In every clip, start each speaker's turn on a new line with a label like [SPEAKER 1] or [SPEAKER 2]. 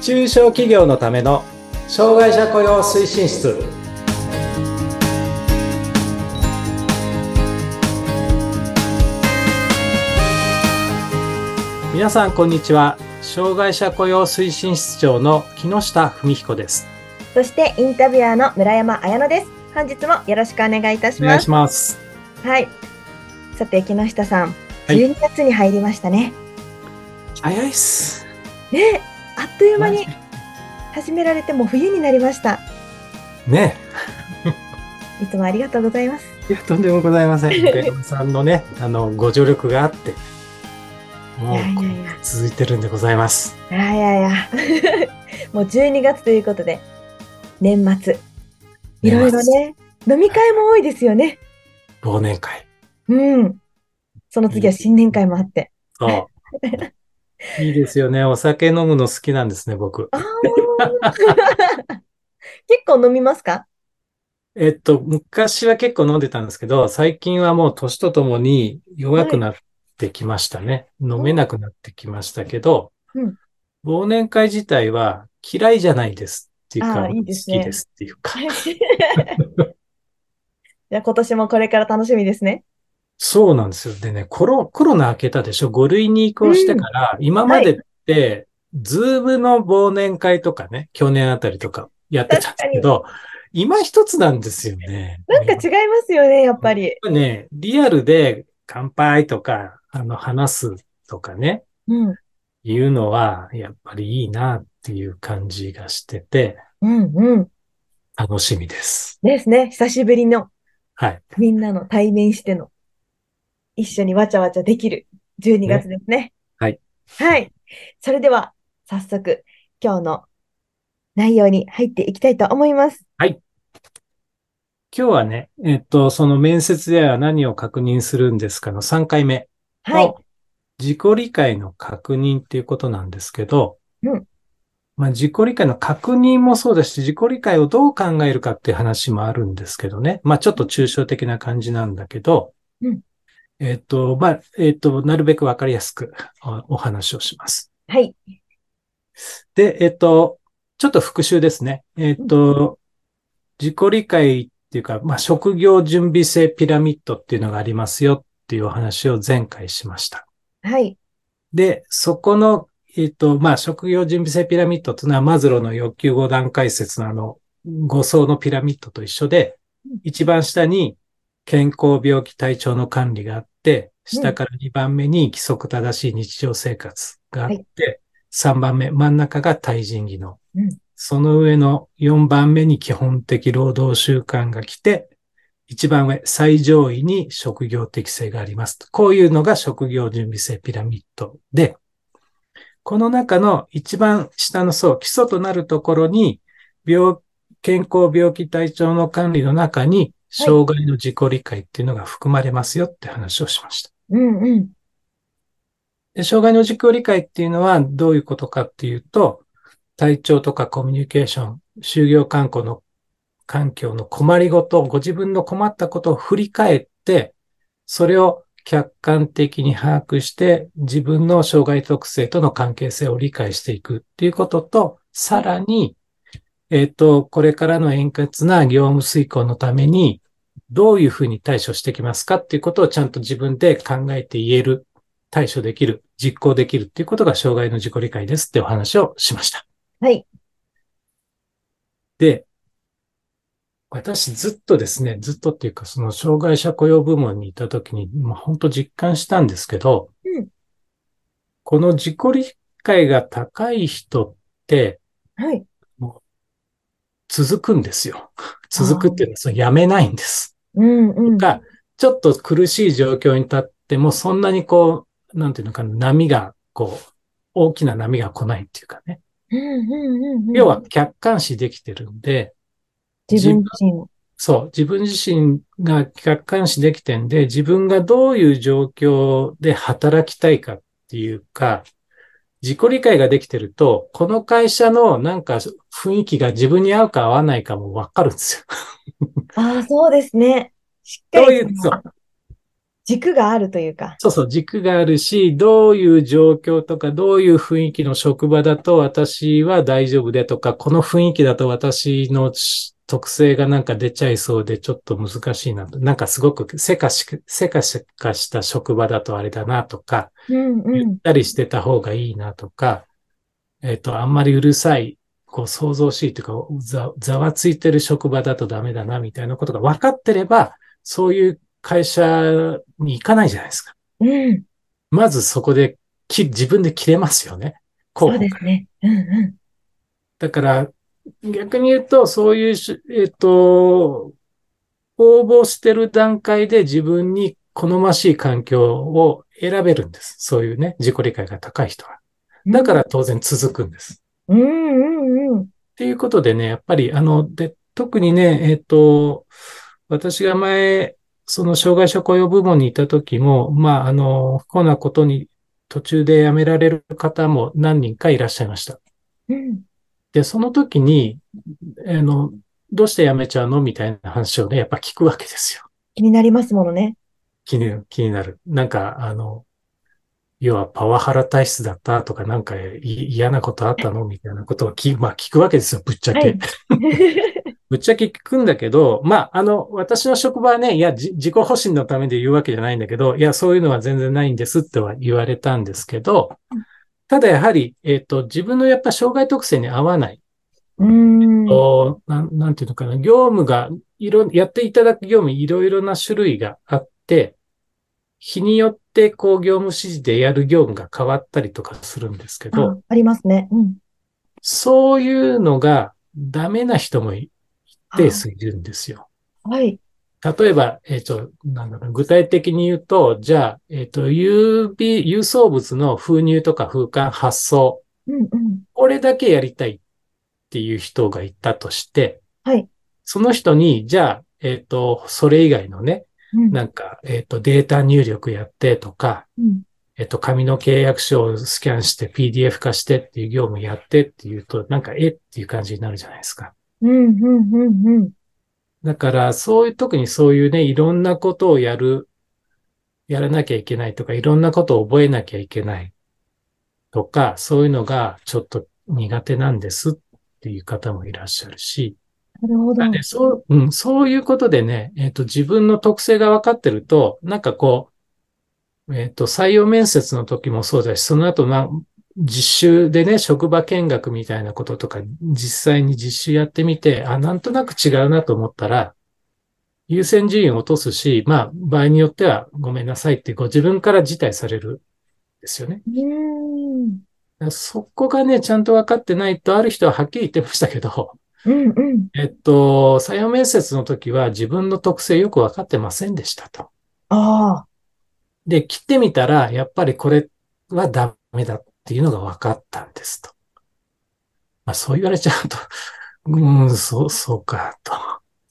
[SPEAKER 1] 中小企業のための障害者雇用推進室皆さんこんにちは障害者雇用推進室長の木下文彦です
[SPEAKER 2] そしてインタビュアーの村山彩乃です。本日もよろしくお願いいたし
[SPEAKER 1] お願
[SPEAKER 2] ま
[SPEAKER 1] い
[SPEAKER 2] す。
[SPEAKER 1] します
[SPEAKER 2] はい。さて、木下さ
[SPEAKER 1] は
[SPEAKER 2] ん、
[SPEAKER 1] い
[SPEAKER 2] 12月に入りましたね。
[SPEAKER 1] 早いっす
[SPEAKER 2] ね、あっという間に始められてもう冬になりました。
[SPEAKER 1] ね
[SPEAKER 2] いつもありがとうございます。
[SPEAKER 1] いやとんでもございま せんベルさんのねあのご助力があってもう
[SPEAKER 2] いやいやいや
[SPEAKER 1] 続いてるんでございます
[SPEAKER 2] あらや や。もう12月ということで、年末。いろいろね、飲み会も多いですよね。
[SPEAKER 1] 忘年会
[SPEAKER 2] うん。その次は新年会もあって。
[SPEAKER 1] そう いいですよねお酒飲むの好きなんですね僕
[SPEAKER 2] ああ。 結構飲みますか
[SPEAKER 1] えっと、昔は結構飲んでたんですけど、最近はもう年とともに弱くなってきましたね。飲めなくなってきましたけど、
[SPEAKER 2] うん
[SPEAKER 1] 忘年会自体は嫌いじゃないですっていうか、
[SPEAKER 2] あーいいです
[SPEAKER 1] 好
[SPEAKER 2] ね
[SPEAKER 1] きですっていう か。
[SPEAKER 2] じゃあ今年もこれから楽しみですね。
[SPEAKER 1] そうなんですよ。でね、コロ、コロナ明けたでしょ ?5 類に移行してから、今までって、ズームの忘年会とかね、去年あたりとかやってたんですけど、今一つなんですよね。
[SPEAKER 2] なんか違いますよね、やっぱり。
[SPEAKER 1] ね、リアルで乾杯とか、あの、話すとかね、
[SPEAKER 2] うん。
[SPEAKER 1] いうのは、やっぱりいいなっていう感じがしてて、
[SPEAKER 2] うんうん。
[SPEAKER 1] 楽しみです。
[SPEAKER 2] ですね。久しぶりの
[SPEAKER 1] はい。
[SPEAKER 2] みんなの対面しての一緒にわちゃわちゃできる12月ですね。
[SPEAKER 1] はい。
[SPEAKER 2] はい。それでは早速今日の内容に入っていきたいと思います。
[SPEAKER 1] 今日はね、えっと、その面接では何を確認するんですかの3回目
[SPEAKER 2] はい。
[SPEAKER 1] 自己理解の確認っていうことなんですけど、
[SPEAKER 2] うん
[SPEAKER 1] まあ、自己理解の確認もそうだし、自己理解をどう考えるかっていう話もあるんですけどね。まあ、ちょっと抽象的な感じなんだけど、
[SPEAKER 2] うん
[SPEAKER 1] えっと、まあ、えっと、なるべくわかりやすくおお話をします。
[SPEAKER 2] はい。
[SPEAKER 1] で、えっと、ちょっと復習ですね。えっと、自己理解っていうか、まあ、職業準備性ピラミッドっていうのがありますよっていうお話を前回しました。
[SPEAKER 2] はい。
[SPEAKER 1] で、そこの、えっ、と、まあ、職業準備性ピラミッドというのは、マズローの欲求5段階説のあの、5層のピラミッドと一緒で、一番下に健康、病気、体調の管理があって、下から2番目に規則正しい日常生活があって、3番目、真ん中が対人技能。
[SPEAKER 2] うん
[SPEAKER 1] その上の4番目に基本的労働習慣が来て、一番上、最上位に職業適性があります。こういうのが職業準備性ピラミッドで、この中の一番下の層、基礎となるところに、病、健康、病気、体調の管理の中に、障害の自己理解っていうのが含まれますよって話をしました。
[SPEAKER 2] うんうん。
[SPEAKER 1] で障害の自己理解っていうのはどういうことかっていうと、体調とかコミュニケーション、就業観光の環境の困りごと、ご自分の困ったことを振り返って、それを客観的に把握して、自分の障害特性との関係性を理解していくっていうことと、さらに、えっ、と、これからの円滑な業務遂行のために、どういうふうに対処してきますかっていうことをちゃんと自分で考えて言える対処できる、実行できるっていうことが障害の自己理解ですってお話をしました。
[SPEAKER 2] はい。
[SPEAKER 1] で、私ずっとですね、ずっとっていうかその障害者雇用部門にいた時に、まあ、本当実感したんですけど、
[SPEAKER 2] うん
[SPEAKER 1] この自己理解が高い人って
[SPEAKER 2] はい。
[SPEAKER 1] 続くんですよ。続くっていうのはそのやめないんです。
[SPEAKER 2] うんうん。
[SPEAKER 1] が、ちょっと苦しい状況に立っても、そんなにこう、なんていうのかな、波が、こう、大きな波が来ないっていうかね。
[SPEAKER 2] うんうんうんうん。
[SPEAKER 1] 要は客観視できてるんで、
[SPEAKER 2] 自分自身を。
[SPEAKER 1] そう、自分自身が客観視できてんで、自分がどういう状況で働きたいかっていうか、自己理解ができてると、この会社のなんか雰囲気が自分に合うか合わないかもわかるんですよ。
[SPEAKER 2] ああ、そうですね。しっか
[SPEAKER 1] どう
[SPEAKER 2] り
[SPEAKER 1] いう、そう。
[SPEAKER 2] 軸があるというか。
[SPEAKER 1] そうそう、軸があるし、どういう状況とか、どういう雰囲気の職場だと私は大丈夫でとか、この雰囲気だと私のし特性がなんか出ちゃいそうでちょっと難しいなと。なんかすごくせかしく、せかしかした職場だとあれだなとか、
[SPEAKER 2] うんう
[SPEAKER 1] ゆっ
[SPEAKER 2] ん。
[SPEAKER 1] たりしてた方がいいなとか、えっと、あんまりうるさい、こう、想像しいというか、ざ、ざわついてる職場だとダメだなみたいなことが分かってれば、そういう会社に行かないじゃないですか。
[SPEAKER 2] うん。
[SPEAKER 1] まずそこでき、自分で切れますよね。候
[SPEAKER 2] そ
[SPEAKER 1] 補
[SPEAKER 2] うですね。うんう
[SPEAKER 1] だから、逆に言うと、そういうし、えっと、応募してる段階で自分に好ましい環境を選べるんです。そういうね、自己理解が高い人は。
[SPEAKER 2] ん。
[SPEAKER 1] だから当然続くんです。
[SPEAKER 2] うんうんうん。
[SPEAKER 1] っていうことでね、やっぱり、あの、で、特にね、えっと、私が前、その障害者雇用部門にいた時も、まあ、あの、不幸なことに途中で辞められる方も何人かいらっしゃいました。
[SPEAKER 2] うん。
[SPEAKER 1] で、その時に、あの、どうして辞めちゃうのみたいな話をね、やっぱ聞くわけですよ。
[SPEAKER 2] 気になりますものね。
[SPEAKER 1] 気になる、気になる。なんか、あの、要はパワハラ体質だったとか、なんかい嫌なことあったのみたいなことをき、まあ聞くわけですよ、ぶっちゃ
[SPEAKER 2] は
[SPEAKER 1] け
[SPEAKER 2] い。。
[SPEAKER 1] ぶっちゃけ聞くんだけど、まあ、あの、私の職場はね、いや、じ自己保身のためで言うわけじゃないんだけど、いや、そういうのは全然ないんですっては言われたんですけど
[SPEAKER 2] うん、
[SPEAKER 1] ただやはり、えっ、と、自分のやっぱ障害特性に合わない、
[SPEAKER 2] うーん。
[SPEAKER 1] となん、なんていうのかな、業務が、いろ、やっていただく業務いろいろな種類があって、日によって、こう、業務指示でやる業務が変わったりとかするんですけど、
[SPEAKER 2] あありますね。うん。
[SPEAKER 1] そういうのがダメな人も一定数いるんですよ。
[SPEAKER 2] はい。
[SPEAKER 1] 例えば、えっ、と、なんだろう、具体的に言うと、じゃあ、えっ、と、郵便、郵送物の封入とか封管発送、
[SPEAKER 2] うんうん。
[SPEAKER 1] これだけやりたいっていう人がいたとして、
[SPEAKER 2] はい。
[SPEAKER 1] その人に、じゃあ、えっ、と、それ以外のね、
[SPEAKER 2] うん。
[SPEAKER 1] なんか、えっ、と、データ入力やってとか、
[SPEAKER 2] うん
[SPEAKER 1] えっ、と、紙の契約書をスキャンして PDF 化してっていう業務やってっていうと、なんか、えっていう感じになるじゃないですか。
[SPEAKER 2] うんうんうんうん。
[SPEAKER 1] だから、そういう、特にそういうね、いろんなことをやる、やらなきゃいけないとか、いろんなことを覚えなきゃいけないとか、そういうのがちょっと苦手なんですっていう方もいらっしゃるし、
[SPEAKER 2] なるほど。
[SPEAKER 1] でそう、うん、そういうことでね、えっと、自分の特性が分かってると、なんかこう、えっと、採用面接の時もそうだし、その後な、実習でね、職場見学みたいなこととか、実際に実習やってみて、あ、なんとなく違うなと思ったら、優先順位を落とすし、まあ、場合によってはごめんなさいって、ご自分から辞退されるんですよね。
[SPEAKER 2] うーん。
[SPEAKER 1] だからそこがね、ちゃんと分かってないと、ある人ははっきり言ってましたけど、
[SPEAKER 2] うんうん。
[SPEAKER 1] えっと、採用面接の時は自分の特性よく分かってませんでしたと。
[SPEAKER 2] ああ。
[SPEAKER 1] で、切ってみたら、やっぱりこれはダメだっていうのが分かったんですと。まあそう言われちゃうと、うーん、そう、そうか、と。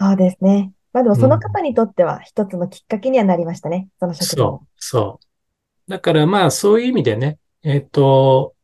[SPEAKER 2] そうですね。まあでも
[SPEAKER 1] うん
[SPEAKER 2] その方にとっては一つのきっかけにはなりましたね。その職場。
[SPEAKER 1] そう、そう。だからまあそういう意味でね、えっと、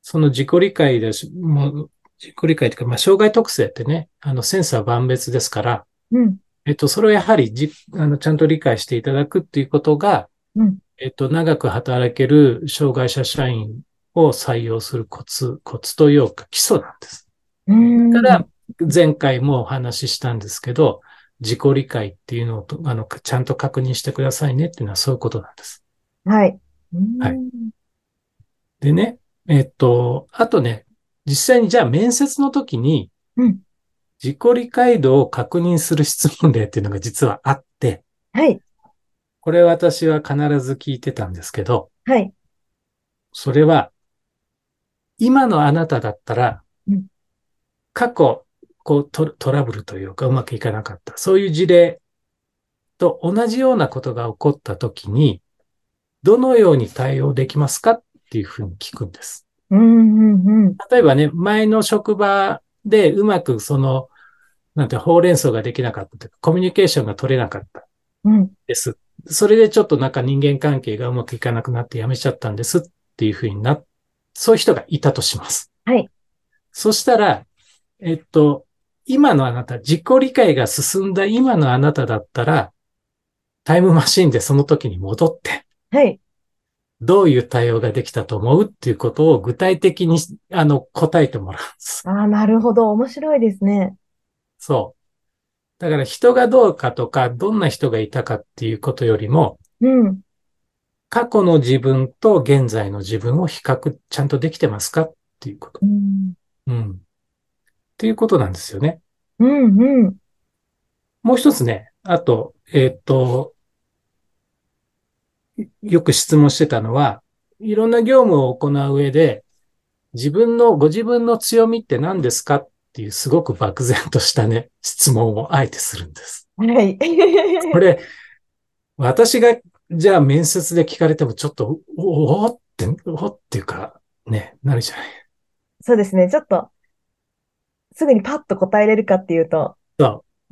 [SPEAKER 1] その自己理解だし、もう自己理解というか、まあ障害特性ってね、あのセンサー万別ですから、
[SPEAKER 2] うん。
[SPEAKER 1] えっと、それをやはりじ、あの、ちゃんと理解していただくっていうことが、
[SPEAKER 2] うん
[SPEAKER 1] えっと、長く働ける障害者社員を採用するコツ、コツというか基礎なんです。
[SPEAKER 2] うーん。
[SPEAKER 1] だから、前回もお話ししたんですけど、自己理解っていうのをと、あの、ちゃんと確認してくださいねっていうのはそういうことなんです。
[SPEAKER 2] はい。うーん
[SPEAKER 1] はいでね、えっと、あとね、実際にじゃあ面接の時に
[SPEAKER 2] うん。
[SPEAKER 1] 自己理解度を確認する質問例っていうのが実はあって、
[SPEAKER 2] はい。
[SPEAKER 1] これ私は必ず聞いてたんですけど、
[SPEAKER 2] はい。
[SPEAKER 1] それは、今のあなただったら
[SPEAKER 2] うん、
[SPEAKER 1] 過去、こうト、トラブルというかうまくいかなかった、そういう事例と同じようなことが起こったときに、どのように対応できますかっていうふうに聞くんです。
[SPEAKER 2] うんうんうん。
[SPEAKER 1] 例えばね、前の職場でうまくその、なんて、ほうれん草ができなかったというか、コミュニケーションが取れなかった
[SPEAKER 2] うん。
[SPEAKER 1] です。それでちょっとなんか人間関係がうまくいかなくなって辞めちゃったんですっていうふうになっ、そういう人がいたとします。
[SPEAKER 2] はい。
[SPEAKER 1] そしたら、えっと、今のあなた、自己理解が進んだ今のあなただったら、タイムマシンでその時に戻って、
[SPEAKER 2] はい。
[SPEAKER 1] どういう対応ができたと思うっていうことを具体的に、あの、答えてもらうんです。
[SPEAKER 2] ああ、なるほど。面白いですね。
[SPEAKER 1] そう。だから人がどうかとか、どんな人がいたかっていうことよりも、
[SPEAKER 2] うん。
[SPEAKER 1] 過去の自分と現在の自分を比較ちゃんとできてますかっていうこと。
[SPEAKER 2] うん。
[SPEAKER 1] うん。っていうことなんですよね。
[SPEAKER 2] うん、うん。
[SPEAKER 1] もう一つね、あと、えーっと、よく質問してたのは、いろんな業務を行う上で、自分の、ご自分の強みって何ですかっていうすごく漠然としたね、質問をあえてするんです。
[SPEAKER 2] はい。
[SPEAKER 1] これ、私が、じゃあ面接で聞かれてもちょっと、おおおーって、おーっていうか、ね、なるじゃない。
[SPEAKER 2] そうですね。ちょっと、すぐにパッと答えれるかっていうと、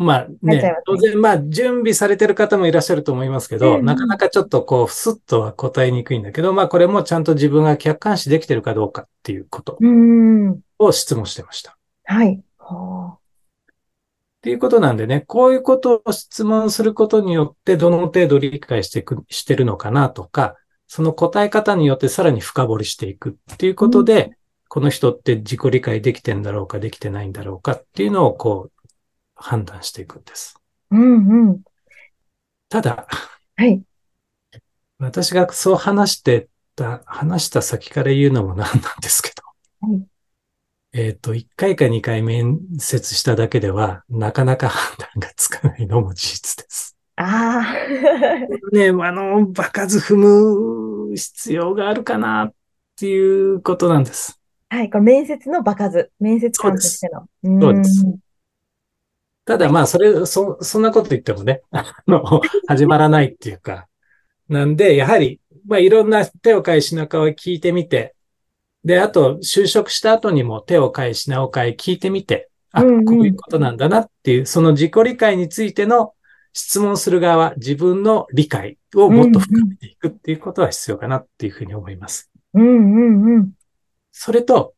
[SPEAKER 1] まあ
[SPEAKER 2] なっちゃ
[SPEAKER 1] ね
[SPEAKER 2] いますね、
[SPEAKER 1] 当然まあ準備されてる方もいらっしゃると思いますけ
[SPEAKER 2] うんう
[SPEAKER 1] ど、
[SPEAKER 2] ん
[SPEAKER 1] なかなかちょっとこう、スッとは答えにくいんだけど、まあこれもちゃんと自分が客観視できてるかどうかっていうこと
[SPEAKER 2] うん。
[SPEAKER 1] を質問してました。っ
[SPEAKER 2] はい。ほ
[SPEAKER 1] ていうことなんでね、こういうことを質問することによって、どの程度理解してく、してるのかなとか、その答え方によってさらに深掘りしていくっていうことで、この人って自己理解できてんだろうか、できてないんだろうかっていうのをこう、判断していくんです。
[SPEAKER 2] う。うん、うん。
[SPEAKER 1] ただ、
[SPEAKER 2] はい。
[SPEAKER 1] 私がそう話してた、話した先から言うのもなんなんですけど。
[SPEAKER 2] はい
[SPEAKER 1] えっと、1回か2回面接しただけでは、なかなか判断がつかないのも事実です。
[SPEAKER 2] ああ。
[SPEAKER 1] ね、あの、場数踏む必要があるかなっていうことなんです。
[SPEAKER 2] はい。これ面接の場数。面接官としての。
[SPEAKER 1] そうです
[SPEAKER 2] うん
[SPEAKER 1] ただまあ、それ、そ、そんなこと言ってもね、 あの、始まらないっていうか。なんで、やはり、まあ、いろんな手を変え品を変え聞いてみて、で、あと、就職した後にも手を変え品を変え聞いてみて、あ、
[SPEAKER 2] う
[SPEAKER 1] こ
[SPEAKER 2] んうん
[SPEAKER 1] ういうことなんだなっていう、その自己理解についての質問する側、自分の理解をもっと深めていくっていうことは必要かなっていうふうに思います。
[SPEAKER 2] うん、うん、うん。
[SPEAKER 1] それと、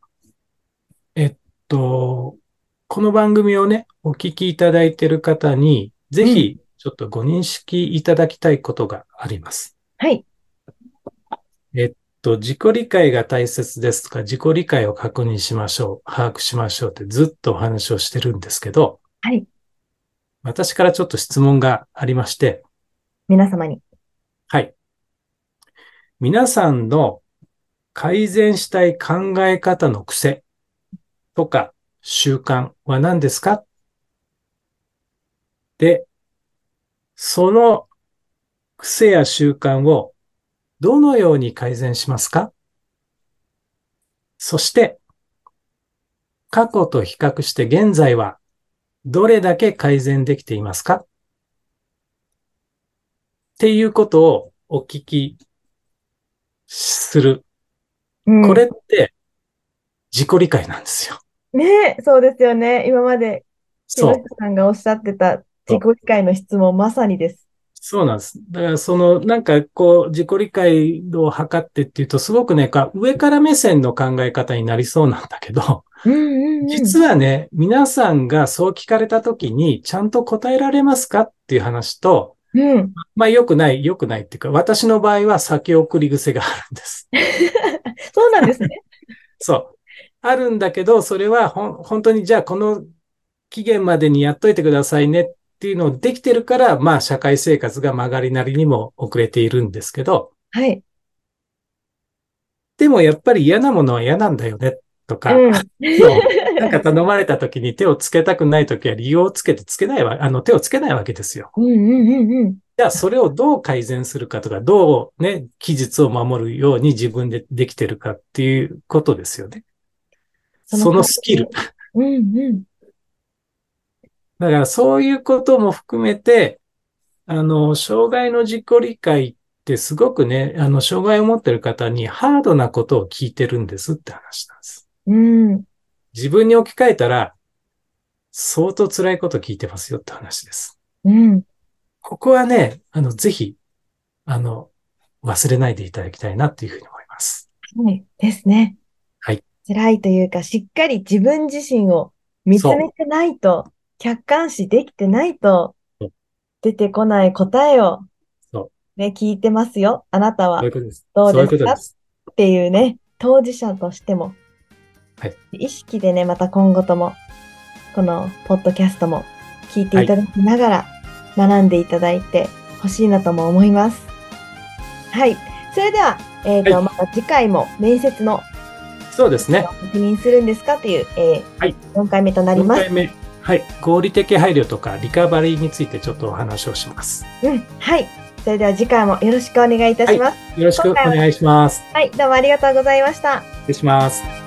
[SPEAKER 1] えっと、この番組をね、お聞きいただいている方に、ぜひ、ちょっとご認識いただきたいことがあります。
[SPEAKER 2] はい。
[SPEAKER 1] えっと、自己理解が大切ですとか、自己理解を確認しましょう、把握しましょうってずっとお話をしてるんですけど、
[SPEAKER 2] はい。
[SPEAKER 1] 私からちょっと質問がありまして、
[SPEAKER 2] 皆様に。
[SPEAKER 1] はい。皆さんの改善したい考え方の癖とか習慣は何ですかで、その癖や習慣をどのように改善しますかそして、過去と比較して現在はどれだけ改善できていますかっていうことをお聞きする。
[SPEAKER 2] うん
[SPEAKER 1] これって自己理解なんですよ。
[SPEAKER 2] ねえ、そうですよね。今まで、木
[SPEAKER 1] そう
[SPEAKER 2] 下。さんがおっしゃってた自己理解の質問、まさにです。
[SPEAKER 1] そうなんです。だからその、なんかこう、自己理解を図ってっていうと、すごくね、か上から目線の考え方になりそうなんだけど、
[SPEAKER 2] うんうんうん。
[SPEAKER 1] 実はね、皆さんがそう聞かれた時に、ちゃんと答えられますかっていう話と、
[SPEAKER 2] うん。
[SPEAKER 1] まあ良くない、良くないっていうか、私の場合は先送り癖があるんです。
[SPEAKER 2] そうなん ですね。
[SPEAKER 1] そう。あるんだけど、それはほん本当にじゃあこの期限までにやっといてくださいねっていうのをできてるから、まあ社会生活が曲がりなりにも遅れているんですけど、
[SPEAKER 2] はい。
[SPEAKER 1] でもやっぱり嫌なものは嫌なんだよねとか、
[SPEAKER 2] うん。
[SPEAKER 1] そうなんか頼まれた時に手をつけたくない時は理由をつけてつけないわ、あの手をつけないわけですよ。
[SPEAKER 2] うんうんうんうん。
[SPEAKER 1] じゃあそれをどう改善するかとか、どうね、期日を守るように自分でできてるかっていうことですよね。そのスキル。。
[SPEAKER 2] うんうん。
[SPEAKER 1] だからそういうことも含めて、あの、障害の自己理解ってすごくね、あの、障害を持ってる方にハードなことを聞いてるんですって話なんです。
[SPEAKER 2] うん。
[SPEAKER 1] 自分に置き換えたら、相当辛いこと聞いてますよって話です。
[SPEAKER 2] うん。
[SPEAKER 1] ここはね、あの、ぜひ、あの、忘れないでいただきたいなっていうふうに思います。
[SPEAKER 2] はい。ですね。
[SPEAKER 1] はい。
[SPEAKER 2] 辛いというか、しっかり自分自身を見つめてないと、客観視できてないと
[SPEAKER 1] そう、
[SPEAKER 2] 出てこない答えをね、聞いてますよ。あなたは
[SPEAKER 1] そういうことです。
[SPEAKER 2] どう
[SPEAKER 1] そういうこ
[SPEAKER 2] です
[SPEAKER 1] と
[SPEAKER 2] か
[SPEAKER 1] で
[SPEAKER 2] っ
[SPEAKER 1] す。
[SPEAKER 2] ていうね、当事者としても、
[SPEAKER 1] はい
[SPEAKER 2] 意識でね、また今後とも、このポッドキャストも聞いていただきながら、学んでいただいてほしいなとも思います。はい。それでは、えっ、と、
[SPEAKER 1] はい
[SPEAKER 2] また次回も面接の
[SPEAKER 1] そうですね。
[SPEAKER 2] 確認するんですかという、えー
[SPEAKER 1] はい
[SPEAKER 2] 4回目となり
[SPEAKER 1] 4
[SPEAKER 2] ます。
[SPEAKER 1] 回目。はい。合理的配慮とかリカバリーについてちょっとお話をします。
[SPEAKER 2] うん。はい。それでは次回もよろしくお願いいたします。
[SPEAKER 1] よろしくお願いします。
[SPEAKER 2] はい、どうもありがとうございました。
[SPEAKER 1] 失礼します。